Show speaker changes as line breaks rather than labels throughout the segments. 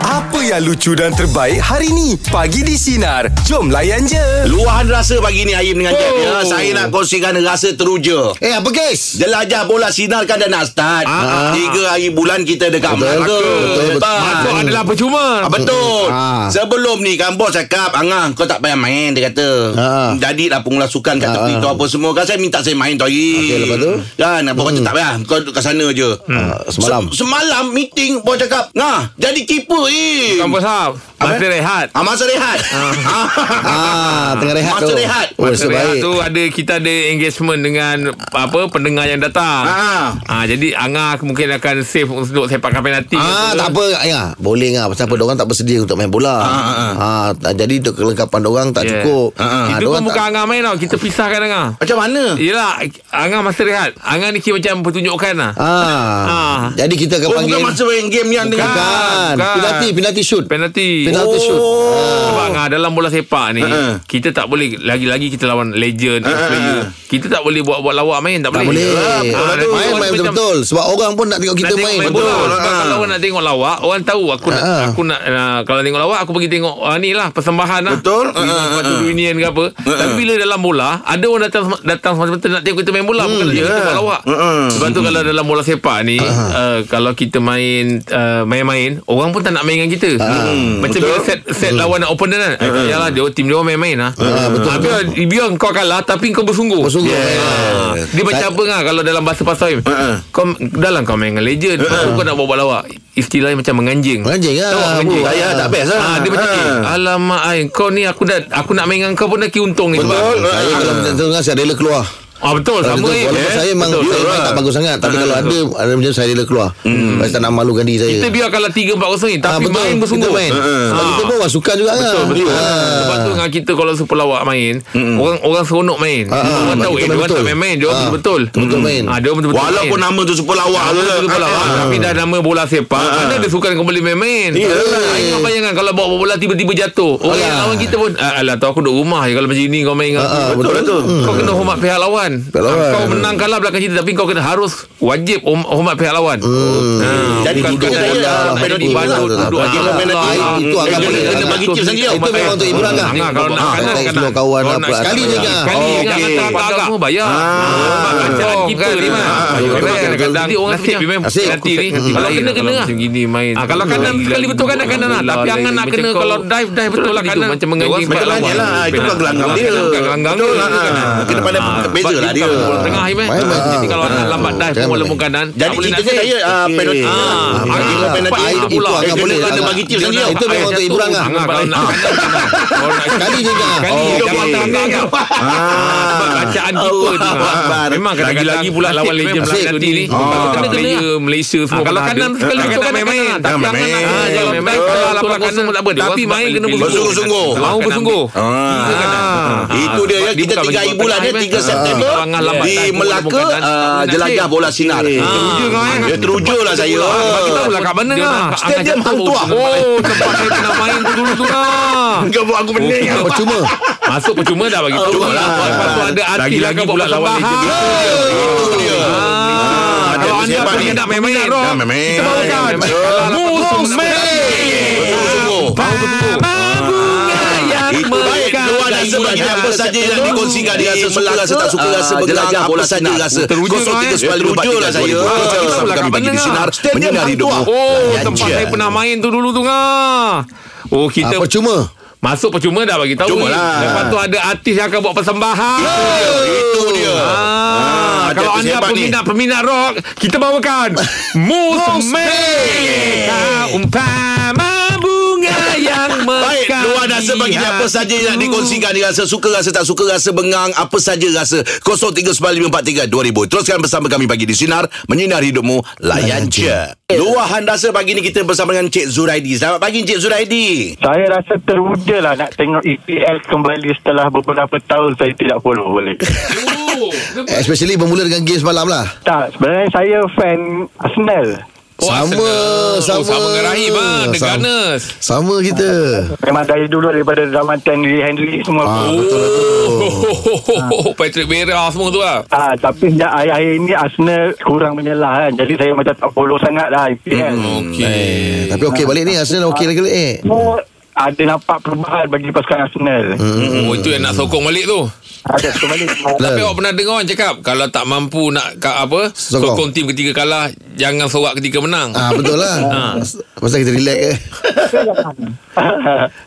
Apa yang lucu dan terbaik hari ni? Pagi di Sinar. Jom layan je.
Luahan rasa pagi ni Aim dengan Jeb
Oh.
ya. Saya nak kongsikan rasa teruja.
Eh apa kes?
Jelajah bola sinarkan dan astad.
Ah.
Tiga hari bulan kita dekat
Betul,
Melaka.
betul, betul.
Lepas.
Masuk adalah percuma.
Ah, betul.
Ah.
Sebelum ni kan bos cakap, "Angah, kau tak payah main," dia kata.
Ah.
Jadilah pengulas sukan kat
Ah,
tepi
ah.
tu apa semua. Kan saya minta saya main tu hari.
Okey, lepas tu? Hmm.
Kan, apa kata tak payah. Kau duduk kat sana je.
Ah, semalam.
Se- semalam meeting bos cakap, "Ngah, jadi keeper, Im."
Kampus Hab. Masa ha, rehat.
Ah, masa rehat.
Ah, tengah rehat
Masa
tu.
rehat.
Oh,
Masa
nasib
rehat
baik.
tu ada kita ada engagement dengan apa pendengar yang datang.
Ah.
Ha.
Ah jadi Angah mungkin akan save untuk sepak kapan nanti.
Ah, tak apa. Ya, boleh ngah. Pasal apa orang tak bersedia untuk main bola. Ah, ah, ah. jadi tu kelengkapan orang tak
Yeah. Ha,
cukup.
Ah,
Itu
dorang
pun bukan Angah main tau. Kita pisahkan Angah.
Macam mana?
Yelah Angah masa rehat. Angah ni kira macam pertunjukan lah.
Ah.
Ah.
Jadi kita akan
Oh,
panggil
bukan masa main game yang
Bukan.
dengan.
Bukan.
Penalti, penalti shoot.
Penalti.
Penalti Ha, shoot. Ah,
Sebab ngah, dalam bola sepak ni
Ha-ha.
Kita tak boleh Lagi-lagi kita lawan legend
Ha-ha.
player. Kita tak boleh buat-buat lawak main Tak
Ha, Tak
boleh
boleh.
Ah,
Ah, main
nanti orang
main
macam-
betul-betul sebab orang pun nak tengok kita
nak
main.
tengok main
Betul.
bola. Sebab
Ah.
kalau orang nak tengok lawak, orang tahu aku nak
Ah.
aku nak uh, kalau tengok lawak aku pergi tengok uh, ni lah persembahan lah.
Betul.
Pergi
Ah,
Satu
ah, ah.
union ke apa. Tapi bila dalam bola, ada orang datang datang semata-mata nak tengok kita main bola bukan nak tengok kita buat lawak. Sebab tu kalau dalam bola sepak ni uh, kalau kita main uh, main-main, orang pun tak nak main dengan kita. Macam bila set set lawan opponent kan. Eh, Yalah dia tim dia orang main-main lah.
betul.
Tapi biar kau kalah tapi kau bersungguh.
Bersungguh.
Ah,
Yeah.
Dia macam apa kan kalau dalam bahasa pasal Im?
Uh-uh.
Kau dalam kau main dengan legend,
Ha.
uh kau nak buat lawak. Istilahnya macam menganjing.
Anjing
Tahu
ah.
anjing.
bu.
Saya tak best lah.
Ah, dia macam eh, Alamak ai kau ni aku dah aku nak main dengan kau pun dah ki untung ni
Betul.
sebab-
Saya
Ah.
kalau macam tu kan saya rela keluar.
Ah betul
Kalau
sama
betul,
Im,
walaupun
eh.
saya memang saya main tak bagus sangat
Ah,
tapi kalau ada ada macam saya rela keluar. Saya tak nak malukan diri saya.
Hmm.
Ah,
Kita biar kalah 3-4-0 ni Tapi
betul.
main bersungguh
Kita main. Sebab
Ah.
kita pun orang suka juga kan.
Betul.
Ah.
Sebab tu dengan kita kalau super lawak main, orang orang seronok main.
Ah, ah,
orang
sebab
tahu
kita main
eh dia orang
betul.
tak main-main, dia orang
Ah,
betul.
betul main.
Ah dia orang betul-betul.
Walaupun
main.
nama tu super
Ah,
Ah. lawak tu.
ya,
Betul bola awak Tapi dah nama bola sepak Mana ada sukan kau boleh main-main Ah, Ingat bayangan Kalau bawa bola tiba-tiba jatuh Orang yang lawan kita pun ah, Alah tau aku duduk rumah je Kalau macam ni kau main dengan
Ah, ah,
aku."
betul.
tu.
Kau kena hormat pihak lawan
Pihak lawan.
Kau menang kalah belakang cerita Tapi kau kena harus Wajib hom- hormat pihak lawan
Hmm.
Ah,
Jadi
bukan
duduk
sekadar
bola,
nak
penalti
jadi balut,
bola.
Duduk
Ah,
aja
ah,
penalti.
bola.
Itu agak
Eh,
boleh.
kena
Ah,
bagi
itu-
tips sendiri.
itu
Hormat
memang
pihak-
untuk hiburan lah.
Angah, Kalau nak
Ah,
kanan
thanks
kanan
dulu kawan,
Kalau
apa,
nak
sekali
kanan,
je, Angah.
Sekali
Oh,
je,
okey.
Angah, tak agak semua bayar Bacaan kita ni mah
betul, betul, betul.
Nanti orang punya memang
Nasib.
Nanti ni Kalau kena kena lah
gini main.
Ah, kalau kanan sekali betul kanan kanan lah Tapi Angah nak kena Kalau dive dive betul lah kanan Macam menganjing
Macam mana lah Itu bukan gelanggang dia
Bukan gelanggang
Betul
dia
lah ah. Kena pandai Beza lah dia
Bola tengah Iman
Main, main.
Jadi kalau nak
Ah.
lambat dive
Jangan
Pun bola
main.
pun kanan tak
Jadi
boleh nak
kita
save.
saya ah, penalti.
Ah,
Ah,
agak
kira
lah.
penalti.
Baik,
Itu
itu
pula.
agak
Eh,
boleh
Kena
agak-
bagi tips
Itu
sendiri.
memang
Itu
untuk hiburan lah.
Angah kalau nak Kalau nak
Sekali je kan.
Sekali
Oh,
oh,
okey.
Jangan tangan tangan
Ah.
Sebab bacaan keeper tu
Allah
ah.
Akbar.
Memang kadang-kadang
Lagi-lagi
pula lawan legend
nasib.
Melaka nanti ni Ah,
Ah.
Kena kena Malaysia semua
kalau kanan sekali
Jangan
betul
nak
kanan
main-main
kanan.
Tapi
Jangan
jangan nak
main-main.
Jangan
Jangan
main
main-main.
Ah, Kalau lapan kosong tak apa Tapi
Sebab
main kena
lebih-
Bersungguh-sungguh.
Mau bersungguh
Ah. Itu dia ya kita tiga hari bulan dia 3 September
Kalau Angah lambat
di
time, bola
Melaka
bukan kanan,
ah,
nasib.
jelajah bola sinar.
Teruja kau eh
Ya Ah. teruja lah saya.
Bagi tahu lah kat mana
Dia
lah
nak-
Stadium Hang Tuah.
Oh tempat saya pernah main tu dulu tu lah
Kau buat aku pening.
Percuma.
Masuk percuma dah bagi Percuma
lah.
Lepas tu ada hati lah
Lagi-lagi
kau buat
pula lawan
persembahan
legend.
Itu dia.
Oh, Ah,
Ada persiapan
Kalau anda punya
ni.
nak main-main
Jangan main-main.
Kita bawakan
Jangan
Musuh
Sungguh. Ah. Itu baik Keluar rasa bagi apa saja yang dikongsikan Dia rasa suka rasa tak suka rasa Bergelang apa saja rasa
Teruja kau, eh?
0395432000 Teruja lah saya
Teruja lah
Bersama kami
kat
bagi di
mana?
sinar
Stadium
Menyinari
Hang Tuah.
hidupmu
Oh tempat saya pernah main tu dulu tu ngah. Oh
Ah,
kita
Percuma.
masuk percuma dah bagi tahu.
Percuma
ni.
lah.
Lepas tu ada artis yang akan buat persembahan.
Itu dia
Ah,
Ah,
kalau
ada
anda
persiapan ni.
peminat-peminat rock, kita bawakan Musme umpama bunga yang
Baik,
mekar.
luar rasa bagi dia apa saja
Hmm.
yang nak dikongsikan dia rasa suka rasa tak suka rasa bengang apa saja rasa 0395432000 teruskan bersama kami pagi di sinar menyinar hidupmu layan je. Luahan rasa pagi ni kita bersama dengan Cik Zuraidi. Selamat pagi Cik Zuraidi.
Saya rasa teruja lah nak tengok EPL kembali setelah beberapa tahun saya tidak follow boleh.
Oh,
Especially bermula dengan game semalam lah.
tak, sebenarnya saya fan Arsenal.
Oh,
Sama,
Arsenal.
sama.
Oh, sama dengan Rahim ah, The
Sama.
Gunners.
Sama kita.
Memang dari dulu daripada zaman Henry Henry semua
Ah,
ah.
betul lah tu.
Oh, Patrick Vieira semua tu lah.
Ah, tapi sejak akhir-akhir ini Arsenal kurang menyelah kan. Jadi saya macam tak follow sangat lah EPL. Hmm.
Okey.
Tapi okey balik ni Arsenal okey lagi eh.
So, Oh, ada nampak perubahan bagi pasukan Arsenal. Hmm.
Oh, itu yang nak sokong balik tu.
Ada kembali.
Tapi awak pernah dengar orang cakap kalau tak mampu nak ka, apa sokong.
Sokong.
sokong tim ketika kalah, jangan sorak ketika menang.
Ah betul lah. Masa kita relax eh.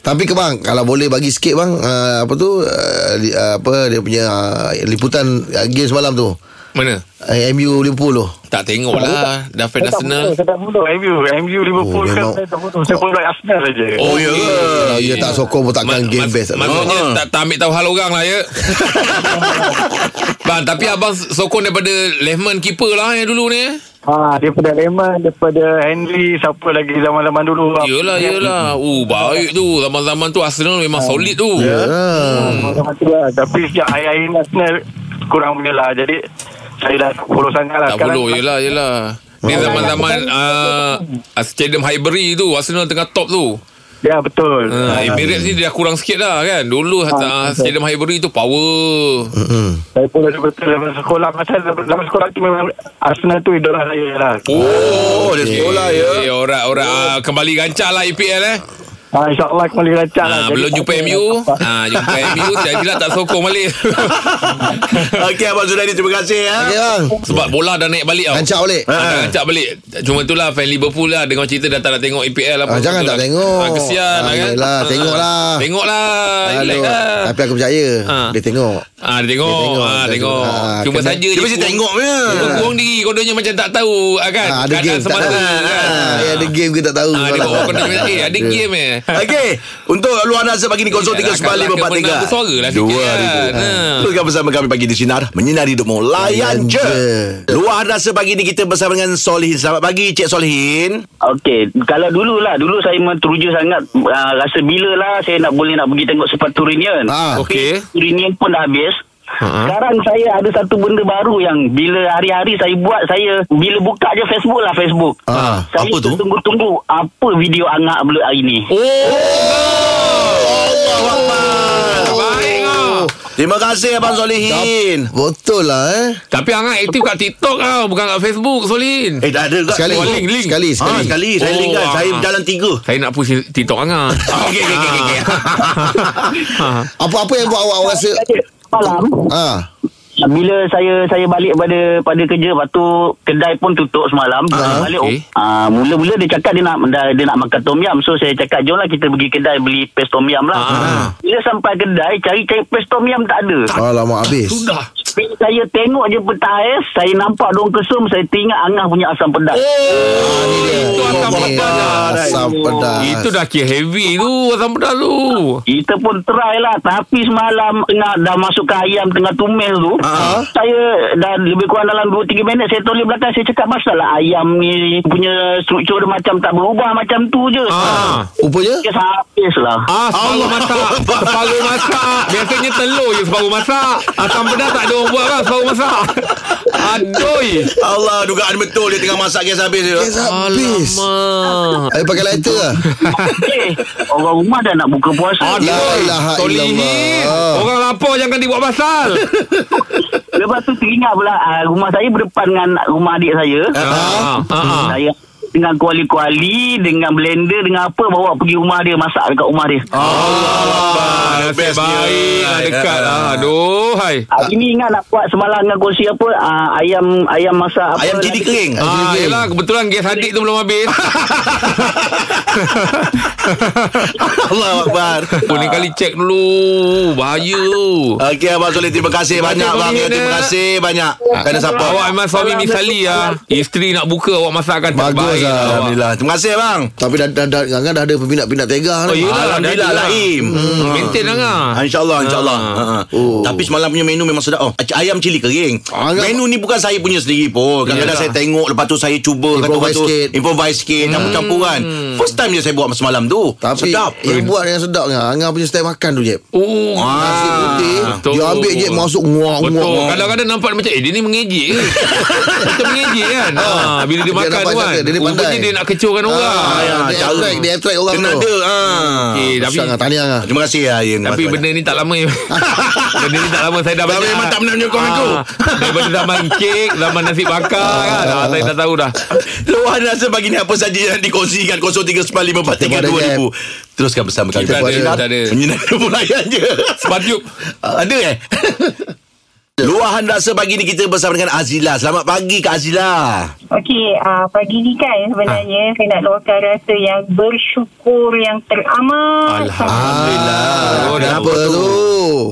Tapi ke bang kalau boleh bagi sikit bang uh, apa tu uh, li, uh, apa dia punya uh, liputan uh, game semalam tu.
Mana?
Uh, MU Liverpool tu.
Tak tengok lah Dah fan
Saya tak follow,
Arsenal
saya tak follow MU. MU
Oh,
Liverpool kan
memang-
saya tak follow. Saya follow Arsenal saja.
Oh, ya ke?
Kalau dia tak sokong pun takkan
Ma-
game
mas-
best. Oh,
Maksudnya tak, tak ambil tahu hal orang lah ya Bang tapi abang sokong daripada Lehman keeper lah yang dulu ni eh.
Ha, daripada Lehman, daripada Henry, siapa lagi zaman-zaman dulu.
Yelah yelah Uh baik tu Zaman-zaman tu Arsenal memang solid tu Ya.
Yeah.
Hmm.
Zaman tu lah. Tapi sejak akhir-akhir ini Arsenal kurang menyelah. Jadi saya dah tak follow sangat lah.
Tak perlu yelah yelah Ni zaman-zaman uh, Stadium Highbury tu Arsenal tengah top tu
Ya, betul.
uh, Emirates ni dah kurang sikit dah kan Dulu uh, Stadium Highbury tu power
Hmm.
Saya follow betul dalam sekolah. Masa dalam sekolah tu memang Arsenal tu idola saya lah.
Oh, dia sekolah ya.
Eh, orang orang ah, kembali gancang lah EPL eh.
Ha, InsyaAllah kembali rancang lah.
Ah,
Jadi
belum
tak
jumpa
ada
MU.
apa-apa.
Ah, jumpa MU jadilah tak sokong balik.
Okey Abang Zunaidi terima kasih ya.
Okey bang.
Sebab bola dah naik balik tau.
Kancak balik.
Ah, dah Gancak balik Cuma tu lah Fan Liverpool lah Dengar cerita dah tak nak tengok EPL apa
Ah, jangan
tu
tak
lah.
tengok.
ah, Kesian
Ah,
lah kan
yelah, tengok lah.
Tengok lah Relax
Aduh,
lah
tapi aku percaya
Ah.
dia tengok.
ah, Dia tengok,
Dia tengok,
ah,
dia
tengok.
tengok. Ah,
Cuma
kena-
saja
Dia
dia
mesti
kurang-
tengok je.
Dia kurang diri Kononnya macam tak tahu ah, kan?
Ah, ada
Keadaan
game tak
semasa
tahu.
kan?
Ah, eh, ada game ke tak tahu.
Ah, dia buat kena macam eh ada game eh.
Okey, untuk luar nasa pagi ni
Nak bersuara lah
039543.
sikit kan. Ha.
Teruskan bersama kami pagi di Sinar Menyinari hidupmu Layan
Layan
je
je.
Luar nasa pagi ni kita bersama dengan Solihin Selamat pagi Cik Solihin
Okey, kalau dululah dulu saya menteruja sangat uh, rasa bila lah saya nak boleh nak pergi tengok sepatu Reunion.
Ah.
Okey.
Reunion pun dah habis. Uh-huh. Sekarang saya ada satu benda baru yang bila hari-hari saya buat saya bila buka je Facebook lah Facebook.
Ah,
saya
apa tu?
Tunggu-tunggu apa video angak belut hari ni.
Baik ah.
Terima kasih Abang Solihin
Betul lah eh.
Tapi Angah aktif kat TikTok ah, bukan kat Facebook Solin.
Eh tak ada juga
Sekali.
Oh, link, link.
Sekali,
Sekali,
sekali.
ha, sekali. Saya
Oh,
link kan
ah.
Saya jalan tiga Ah.
Saya nak push TikTok Angah.
Okey okey okey okey.
Ah.
Apa-apa yang buat awak awak rasa
Malam
Ah,
bila saya saya balik pada pada kerja lepas tu kedai pun tutup semalam uh, balik
Ah, okey.
okay. uh, mula-mula dia cakap dia nak dah, dia nak makan tom yam so saya cakap jomlah kita pergi kedai beli paste tom yam lah
Ah.
bila sampai kedai cari-cari paste tom yam tak ada
alamak habis.
Sudah.
Bila saya tengok je peta ais saya nampak dong kesum saya teringat angah punya asam pedas
Itu asam
Okey,
pedas dah.
Asam pedas.
Itu dah kira heavy tu asam pedas tu.
Kita pun try lah Tapi semalam Tengah dah masukkan ayam Tengah tumis tu
Ah.
Saya Dah lebih kurang dalam 2-3 minit Saya toleh belakang Saya cakap masalah Ayam ni Punya struktur dia macam Tak berubah Macam tu je
Ah.
Rupanya
Kes habis lah
Ah, separuh masak Separuh masak Biasanya telur je separuh masak Asam pedas tak ada orang buat kan Separuh masak Adoi
Allah dugaan betul Dia tengah masak kes habis dia
Kes habis.
Alamak
Ayo pakai lighter lah.
Eh, Orang rumah dah nak buka puasa
La
Adoi
ilaha
Solihin
Oh.
illallah.
Orang lapar jangan dibuat pasal
Lepas tu teringat pula ah, Rumah saya berdepan dengan Rumah adik saya
Ah, ah, ah.
Saya dengan kuali-kuali Dengan blender Dengan apa Bawa pergi rumah dia Masak dekat rumah dia
Ah, nasib baik lah dekat lah. Aduh, hai.
Ah, ini ingat nak buat semalam dengan kongsi apa ah, ayam ayam masak apa
Ayam cili keling
Ah, yelah, kebetulan gas adik tu belum habis.
Allah Akbar
Oh, ni kali cek dulu. Bahaya tu.
Okey Abang Solihin Terima kasih
Terima kasih,
banyak Abang
Solihin, eh.
Terima kasih banyak Kerana support
Awak memang suami misali lah. Isteri nak buka, awak masakkan tak
Bagus
baik.
lah.
lah awak.
Alhamdulillah Terima kasih bang
Tapi dah dah dah, dah, dah ada peminat-peminat tega
Oh,
ni.
yelah.
Alhamdulillah
dah
Laim Hmm.
Maintain lah ngah.
Ah, InsyaAllah InsyaAllah ha. ha.
Oh.
Tapi semalam punya menu memang sedap oh, ac- Ayam cili kering
Ah, agak-
Menu ni bukan saya punya sendiri pun Kadang-kadang
Iyalah.
saya tengok Lepas tu saya cuba
Improvise
lepas tu,
sikit.
Improvise sikit Campur-campur kan First time je saya buat semalam tu
Tapi
Sedap
yang buat yang sedap kan Angah punya style makan tu Jeb
Oh,
Ah,
Nasi putih
betul.
Dia ambil je masuk nguak nguak
Betul.
nguak.
Kadang-kadang nampak dia macam eh dia ni mengejek ke? Macam mengejek kan. Ha, bila dia
Ah, Dia
makan
nampak
tu kan.
cantik. Dia ni
Rupanya dia nak kecohkan orang.
Ah,
ya,
dia
cara.
attract, dia attract orang
Kena
tu.
ada Oh, ha.
Okey, tapi
Sangat tahniah lah.
Terima kasih Ayin
tapi benda ni tak lama. benda ni tak lama saya dah
Tapi
banyak. Ah,
memang tak pernah menyokong aku.
Daripada zaman kek, zaman nasi bakar kan. Ah, saya dah tahu dah.
Luahan rasa pagi ni apa saja yang dikongsikan 0395432000. Teruskan bersama kami.
Kita
ada,
Sinar,
kita ada.
Menyinari pelayan je.
Sepatutnya
Ada eh? Luahan rasa pagi ni kita bersama dengan Azila. Selamat pagi Kak Azila.
Okey, uh, pagi ni kan
Ah.
sebenarnya ha. saya nak luahkan rasa yang bersyukur yang teramat.
Alhamdulillah.
Ah,
Oh, dah
kenapa tu?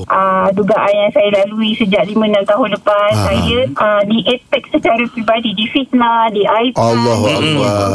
Uh, dugaan yang saya lalui sejak 5-6 tahun lepas ha. saya uh, di attack secara peribadi di fitnah, di aib
Allah Allah.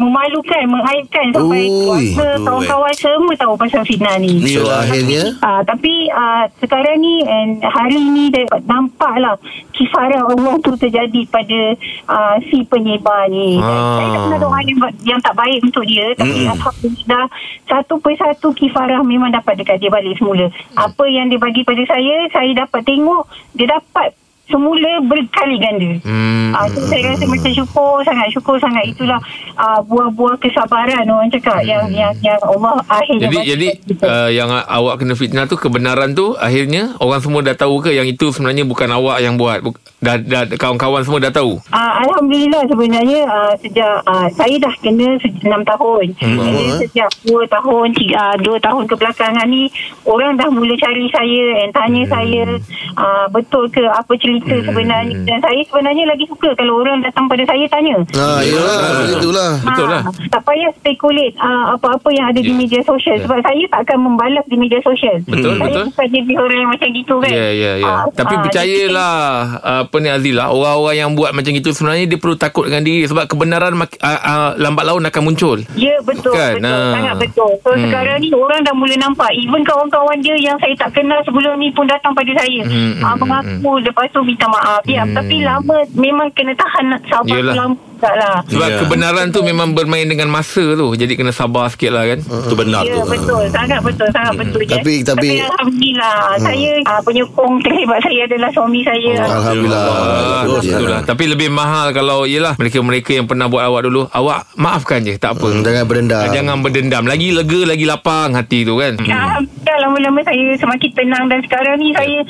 memalukan, mengaibkan
Ui,
sampai keluarga,
aduh,
kawan-kawan semua tahu pasal fitnah ni
So
Yelah.
akhirnya
Ah, tapi ah, sekarang ni and hari ni dapat nampaklah kifarah Allah tu terjadi pada ah, si penyebar ni.
Ah.
Saya tak pernah doa yang, yang tak baik untuk dia tapi mm. alhamdulillah satu persatu kifarah memang dapat dekat dia balik semula. Apa yang dia bagi pada saya, saya dapat tengok dia dapat semula berkali ganda.
Hmm.
Ah, tu saya rasa macam syukur sangat syukur sangat itulah ah, buah-buah kesabaran orang cakap yang yang yang Allah akhirnya
Jadi
bagi
jadi
kat kita.
uh, yang awak kena fitnah tu kebenaran tu akhirnya orang semua dah tahu ke yang itu sebenarnya bukan awak yang buat. Buk- Dah, dah kawan-kawan semua dah tahu.
Uh, Alhamdulillah sebenarnya uh, sejak uh, saya dah kena se- enam tahun. Hmm.
eh.
sejak dua tahun, tiga, uh, dua tahun kebelakangan ni orang dah mula cari saya dan tanya hmm. saya uh, betul ke apa cerita hmm. sebenarnya. Dan saya sebenarnya lagi suka kalau orang datang pada saya tanya.
Nah, Ah, yelah, itulah.
Betul lah.
Ha, tak payah spekulate uh, apa-apa yang ada di
Ya.
media
Ya.
sosial sebab saya tak akan membalas di media sosial.
Betul,
saya
betul.
bukan jadi orang yang macam gitu kan.
Ya, ya, ya.
Ah,
Tapi
ah,
percayalah apa ni Azila, orang-orang yang buat macam itu sebenarnya dia perlu takut dengan diri sebab kebenaran mak- ah, ah, lambat laun akan muncul.
Ya betul
Kan?
kan? betul
Ha.
ha. sangat betul. So
Hmm.
hmm. sekarang ni orang dah mula nampak even kawan-kawan dia yang saya tak kenal sebelum ni pun datang pada saya.
Hmm,
Hmm,
hmm,
ah, mengaku hmm. lepas tu minta maaf. Ya
Hmm.
hmm. tapi lama memang kena tahan nak sabar
Yelah.
lama tak lah.
Sebab
Ya.
yeah. kebenaran tu memang bermain dengan masa tu. Jadi kena sabar sikit lah kan.
Itu benar
Ya
tu.
betul sangat betul sangat betul je.
Tapi- tapi-
alhamdulillah saya uh, penyokong terhebat saya adalah suami saya.
Oh, Alhamdulillah.
Ah,
Bagus, ya.
Itulah. Tapi lebih mahal kalau ialah mereka-mereka yang pernah buat awak dulu, awak maafkan je, tak apa. Ah,
Hmm, Jangan berendam.
Jangan berdendam. Lagi lega, lagi lapang hati tu kan.
Ya, Alhamdulillah lama-lama saya semakin tenang dan sekarang ni saya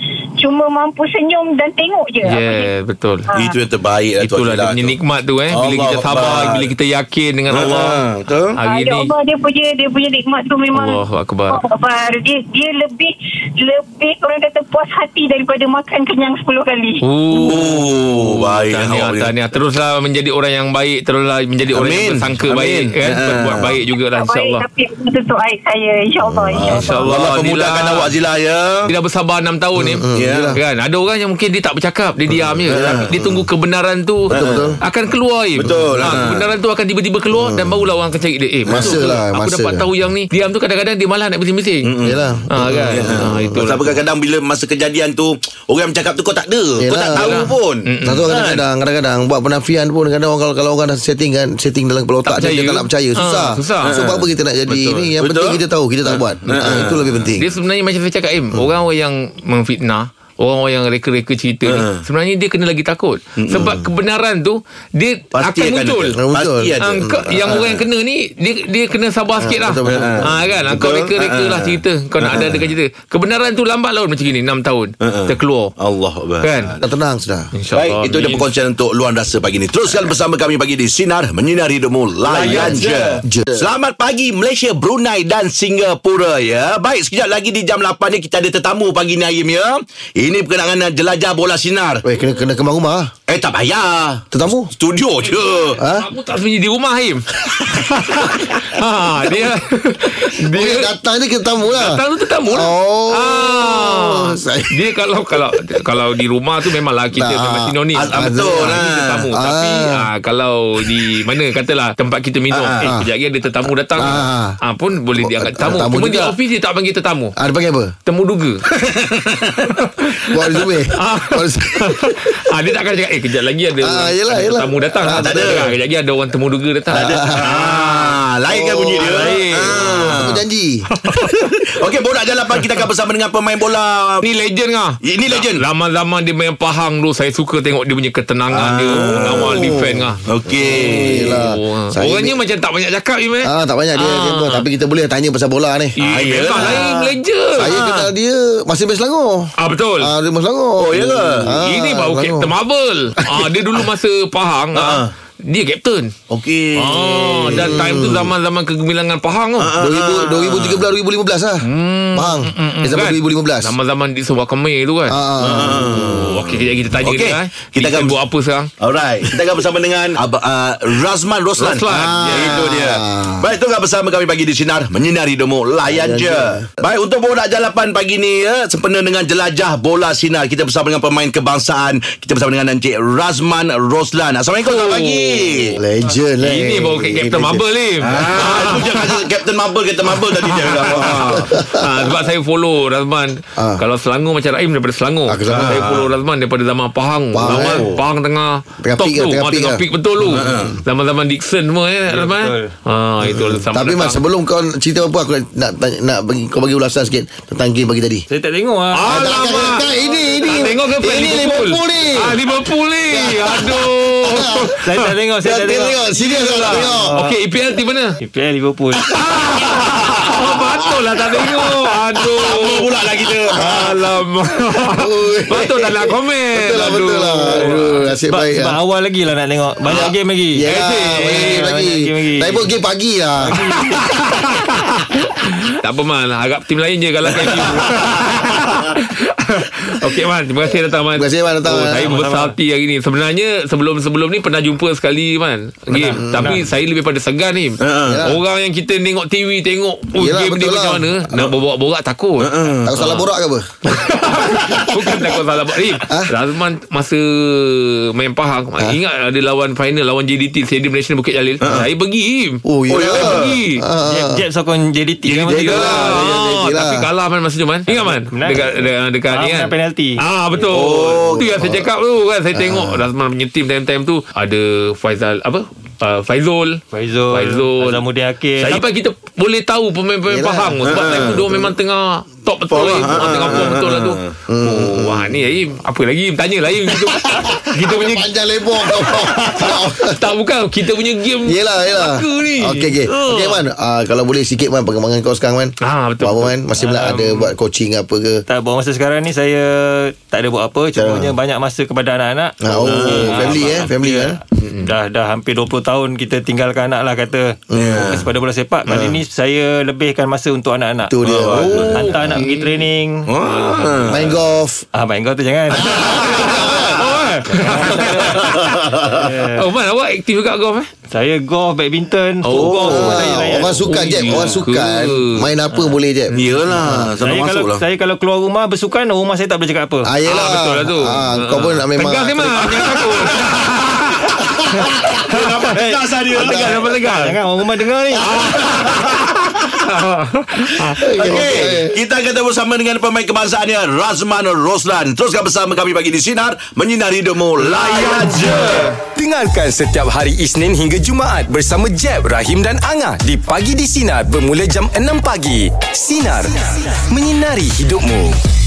cuma mampu senyum dan tengok je.
Ya,
Apa yang
yeah, betul.
Itu yang terbaik
Ya,
lah tu
Itulah dia
Azila
punya
tu.
nikmat tu eh. Bila
Allah
kita sabar,
Akbar.
bila kita yakin dengan
Ha,
Allah.
betul.
Ah,
Hari
ya
ni
Allah dia punya dia punya nikmat tu memang
Allahu Akbar.
Allahu Akbar. Dia dia lebih lebih orang kata puas hati daripada makan kenyang 10 kali.
Oh,
Oh, baik.
tahniah,
Awak boleh-
tahniah. Teruslah menjadi orang yang baik, teruslah menjadi orang yang
Amin.
bersangka
Amin.
baik kan.
Ha.
Berbuat baik jugalah
Tak baik
insya-Allah.
tapi Allah tutup air saya insya-Allah insya-Allah.
InsyaAllah
Allah pemudahkan
Azila.
awak Azila ya.
Dia dah bersabar 6 tahun ni
ya.
kan ada orang yang mungkin dia tak bercakap dia diam je Tapi dia tunggu kebenaran tu
betul.
akan keluar Im.
Betul, Mm.
ha,
ha.
kebenaran tu akan tiba-tiba keluar dan barulah orang akan cari dia eh
Masa
betul ke?
lah,
aku
masa.
dapat tahu yang ni diam tu kadang-kadang dia malah nak bising-bising
Yelah.
ha kan ha
Sebab
itulah
kadang-kadang bila masa kejadian tu Orang cakap tu kau tak ada Kau tak
Yelah.
tahu
Yelah.
pun
Satu
Kan?
kadang-kadang kadang-kadang buat penafian pun kadang-kadang orang kalau, kalau orang dah setting kan setting dalam kepala otak
Tak
dia, dia
percaya.
tak nak percaya susah.
Ah, susah.
So buat apa kita nak jadi
Betul.
ni yang
Betul.
penting kita tahu kita tak buat. Ah, itu lebih penting.
dia sebenarnya macam saya cakap Im
Hmm.
orang-orang yang memfitnah Orang-orang yang reka-reka cerita ni
Hmm.
Sebenarnya dia kena lagi takut Sebab kebenaran tu Dia
Pasti
akan muncul
ada. Hmm. Pasti
Muncul.
ada
Ah, kau, yang orang yang kena ni dia dia kena sabar sikit lah
betul, betul.
ha, kan kau
Ah, Betul.
reka-reka lah
Ah.
cerita kau nak ada adakan cerita kebenaran tu lambat laun macam gini 6 tahun terkeluar
Allah
kan
Dah tenang sudah.
Ah. Baik, itu dia
Amin.
perkongsian untuk luar rasa pagi ni. Teruskan bersama kami pagi di Sinar Menyinari Hidupmu Layan je.
Je.
Selamat pagi Malaysia, Brunei dan Singapura ya. Baik, sekejap lagi di jam 8 ni kita ada tetamu pagi ni Ayim ya. Ini berkenaan dengan jelajah bola sinar.
Weh kena kena kemar rumah ah.
Eh tak payah.
Tetamu.
Studio je.
Ha?
Aku tak sebenarnya di rumah Haim ha, Dia
Dia
Dia
Oh, datang je kita tamu lah.
Datang tu tetamu lah
Oh.
Ah.
Saya-
Dia kalau kalau kalau di rumah tu memanglah kita
Tak.
memang sinonim.
Ah, betul
Ah,
lah.
ini Tetamu.
Ah.
Tapi ah, kalau di mana katalah tempat kita minum, eh kejap lagi ada tetamu datang.
Ah.
Ah pun boleh dianggap tetamu.
Tetamu
Cuma di
juga.
office dia tak panggil tetamu.
Ah, dia panggil apa?
Temu duga.
Buat resume.
Ah.
Buat resume.
ah, dia tak akan cakap Eh kejap lagi ada
Ah, yelah,
ada
yelah.
Tetamu datang ah, Tak ada Kejap lagi ada orang temu duga datang Tak ada ah,
Ah, lain kan bunyi dia.
lain.
Ah.
Aku janji
Oh,
Okey, bola jalapan kita akan bersama dengan pemain bola.
Ni legend lah
Ini legend.
Lama-lama dia main Pahang tu Saya suka tengok dia punya ketenangan ah. dia Awal defend lah
Okey.
Yelah
oh,
Ah. saya
Orangnya macam tak banyak cakap ni eh.
Ah tak banyak dia
Ah.
tempoh. tapi kita boleh tanya pasal bola ni.
yelah.
Ah, yelah lain legend
Saya kenal dia masih main Selangor.
Ah betul.
Ah dia main
Oh,
Selangor.
ya ke?
Ah,
Ini baru
Selangor.
Captain Marvel. ah dia dulu masa Pahang ah, dia captain.
Okey.
Ah dan time tu zaman-zaman kegemilangan Pahang tu.
2000, 2013 2015 lah. Hmm. Bang. Dia sampai
kan?
2015.
Zaman-zaman di Subah Kemeh tu kan.
Ah, ah.
Oh, Okey kejap kita tanya
Okey.
dia. Eh.
Kita
Kita
akan-
akan buat apa sekarang?
Alright, kita akan bersama dengan Ab- uh, Razman Roslan.
Roslan.
Ah,
Ya,
itu dia. Baik, itu bersama kami pagi di Sinar. Menyinari Demo. Layan je. Baik, untuk bola jalapan pagi ni, ya, sempena dengan jelajah bola sinar. Kita bersama dengan pemain kebangsaan. Kita bersama dengan Encik Razman Roslan. Assalamualaikum, selamat pagi.
Legend lah.
Ini baru Captain Marvel ni.
Ah, itu je kata Captain Marvel, Captain Marvel tadi dia bilang. Ah.
ha, sebab saya follow Razman
Ah.
ha. kalau Selangor macam Raim daripada Selangor
Ah, ke Selangor.
saya follow Razman daripada zaman Pahang
Pahang,
zaman
eh.
Pahang tengah,
Tengah
top
peak
tu
lah, tengah
Ah,
peak
tengah
lah.
peak betul tu zaman-zaman Dixon semua ya Razman
betul.
ha, itu sama
Hmm. Tapi Mas
datang.
sebelum kau cerita apa aku nak nak, tanya, nak bagi, kau bagi ulasan sikit tentang game pagi tadi.
Saya tak tengok lah
ah. Alamak
Ah, Tak, ini ini.
Ah, Tengok ke fan
ini Liverpool ni.
Ah, Liverpool ni Aduh
Saya tak tengok Saya tak tengok
Tengok serius lah tengok.
Okey E EPL tiba mana?
EPL Liverpool
Oh patut lah tak tengok Aduh Apa pula lah kita Alamak Patut tak nak komen
Betul lah betul lah. Aduh nasib
sebab,
baik.
sebab
lah.
awal lagi lah nak tengok Banyak game lagi
Ya,
Eh,
banyak game lagi.
banyak game lagi.
Tapi pun game pagi lah.
Tak apa Man Harap tim lain je kalahkan you Okey Man Terima kasih datang Man
Terima kasih, Man, datang,
oh,
Man.
Saya berbesar hati hari ni Sebenarnya Sebelum-sebelum ni Pernah jumpa sekali Man Game Tapi saya lebih pada segan ni
Yalah.
Orang yang kita tengok TV Tengok oh,
Ha, Yalah,
Game ni
betul
macam
lah. Ha,
mana Nak berborak-borak takut
Tak salah borak ke apa?
Bukan takut salah buat Rim
Ha.
Razman masa Main Pahang Ingat ada lawan final Lawan JDT Stadium National Bukit Jalil Saya pergi Im
Ha, Oh, ya.
saya pergi
Ah,
Jeb, Jeb sokong JDT kan masa
JDT
tu.
lah,
lah, JDT lah.
Tapi kalah man masa tu man Ingat man
Menang.
Dekat Dekat, dekat
Ah,
ni kan
menang penalti.
Ah betul oh, Itu yang saya cakap tu kan Saya tengok
Ah.
Razman punya team Time-time tu Ada Faizal Apa Uh, Faizul
Faizul,
Faizul
Azamuddin Hakim.
Sampai kita boleh tahu Pemain-pemain
Yelah. Ah.
Pahang Sebab time tu Dia memang tengah Top betul lah Im. Tengah form betul lah tu
Hmm.
Oh wah ni Im Apa lagi Im Tanya lah Im Kita, kita punya
Panjang lebar kau.
Tak bukan Kita punya game
Yelah yelah.
Belaka ni
Okey okey.
Ah.
Okey man, ah, kalau boleh sikit man perkembangan kau sekarang man.
Ah,
Buat apa
betul, betul. Ah.
man? Masih pula ada buat coaching apa ke?
Tak buat masa sekarang ni Saya tak ada buat apa Cumanya banyak masa kepada anak-anak
Ah, oh,
Ah,
family eh, family
ya.
eh.
Mm. Dah dah hampir 20 tahun kita tinggalkan anak lah kata yeah. fokus pada bola sepak. Kali ni saya lebihkan masa untuk anak-anak.
Tu dia.
Ah,
Oh.
Hantar anak pergi training.
Main golf.
Ah main kau tu jangan.
Oh man awak aktif juga golf eh
saya golf badminton, oh. golf semua saya
Ah,
layan.
orang sukan je, orang sukan. Main apa boleh je.
Yelah,
Saya
sampai
kalau
masuk lah.
saya kalau keluar rumah bersukan, rumah saya tak boleh cakap apa.
Ah, yelah.
Ah, betul lah tu.
Ah, kau pun nak memang.
Tegas ni mah Jangan takut
Tegas lah dia.
Tegas apa tegas
Jangan orang rumah dengar ni.
Okey, kita akan terus bersama dengan pemain kebangsaannya Razman Roslan. Teruskan bersama kami pagi di Sinar menyinari demo layan je.
Dengarkan setiap hari Isnin hingga Jumaat bersama Jeb, Rahim dan Angah di Pagi di Sinar bermula jam 6 pagi. Sinar. Menyinari hidupmu.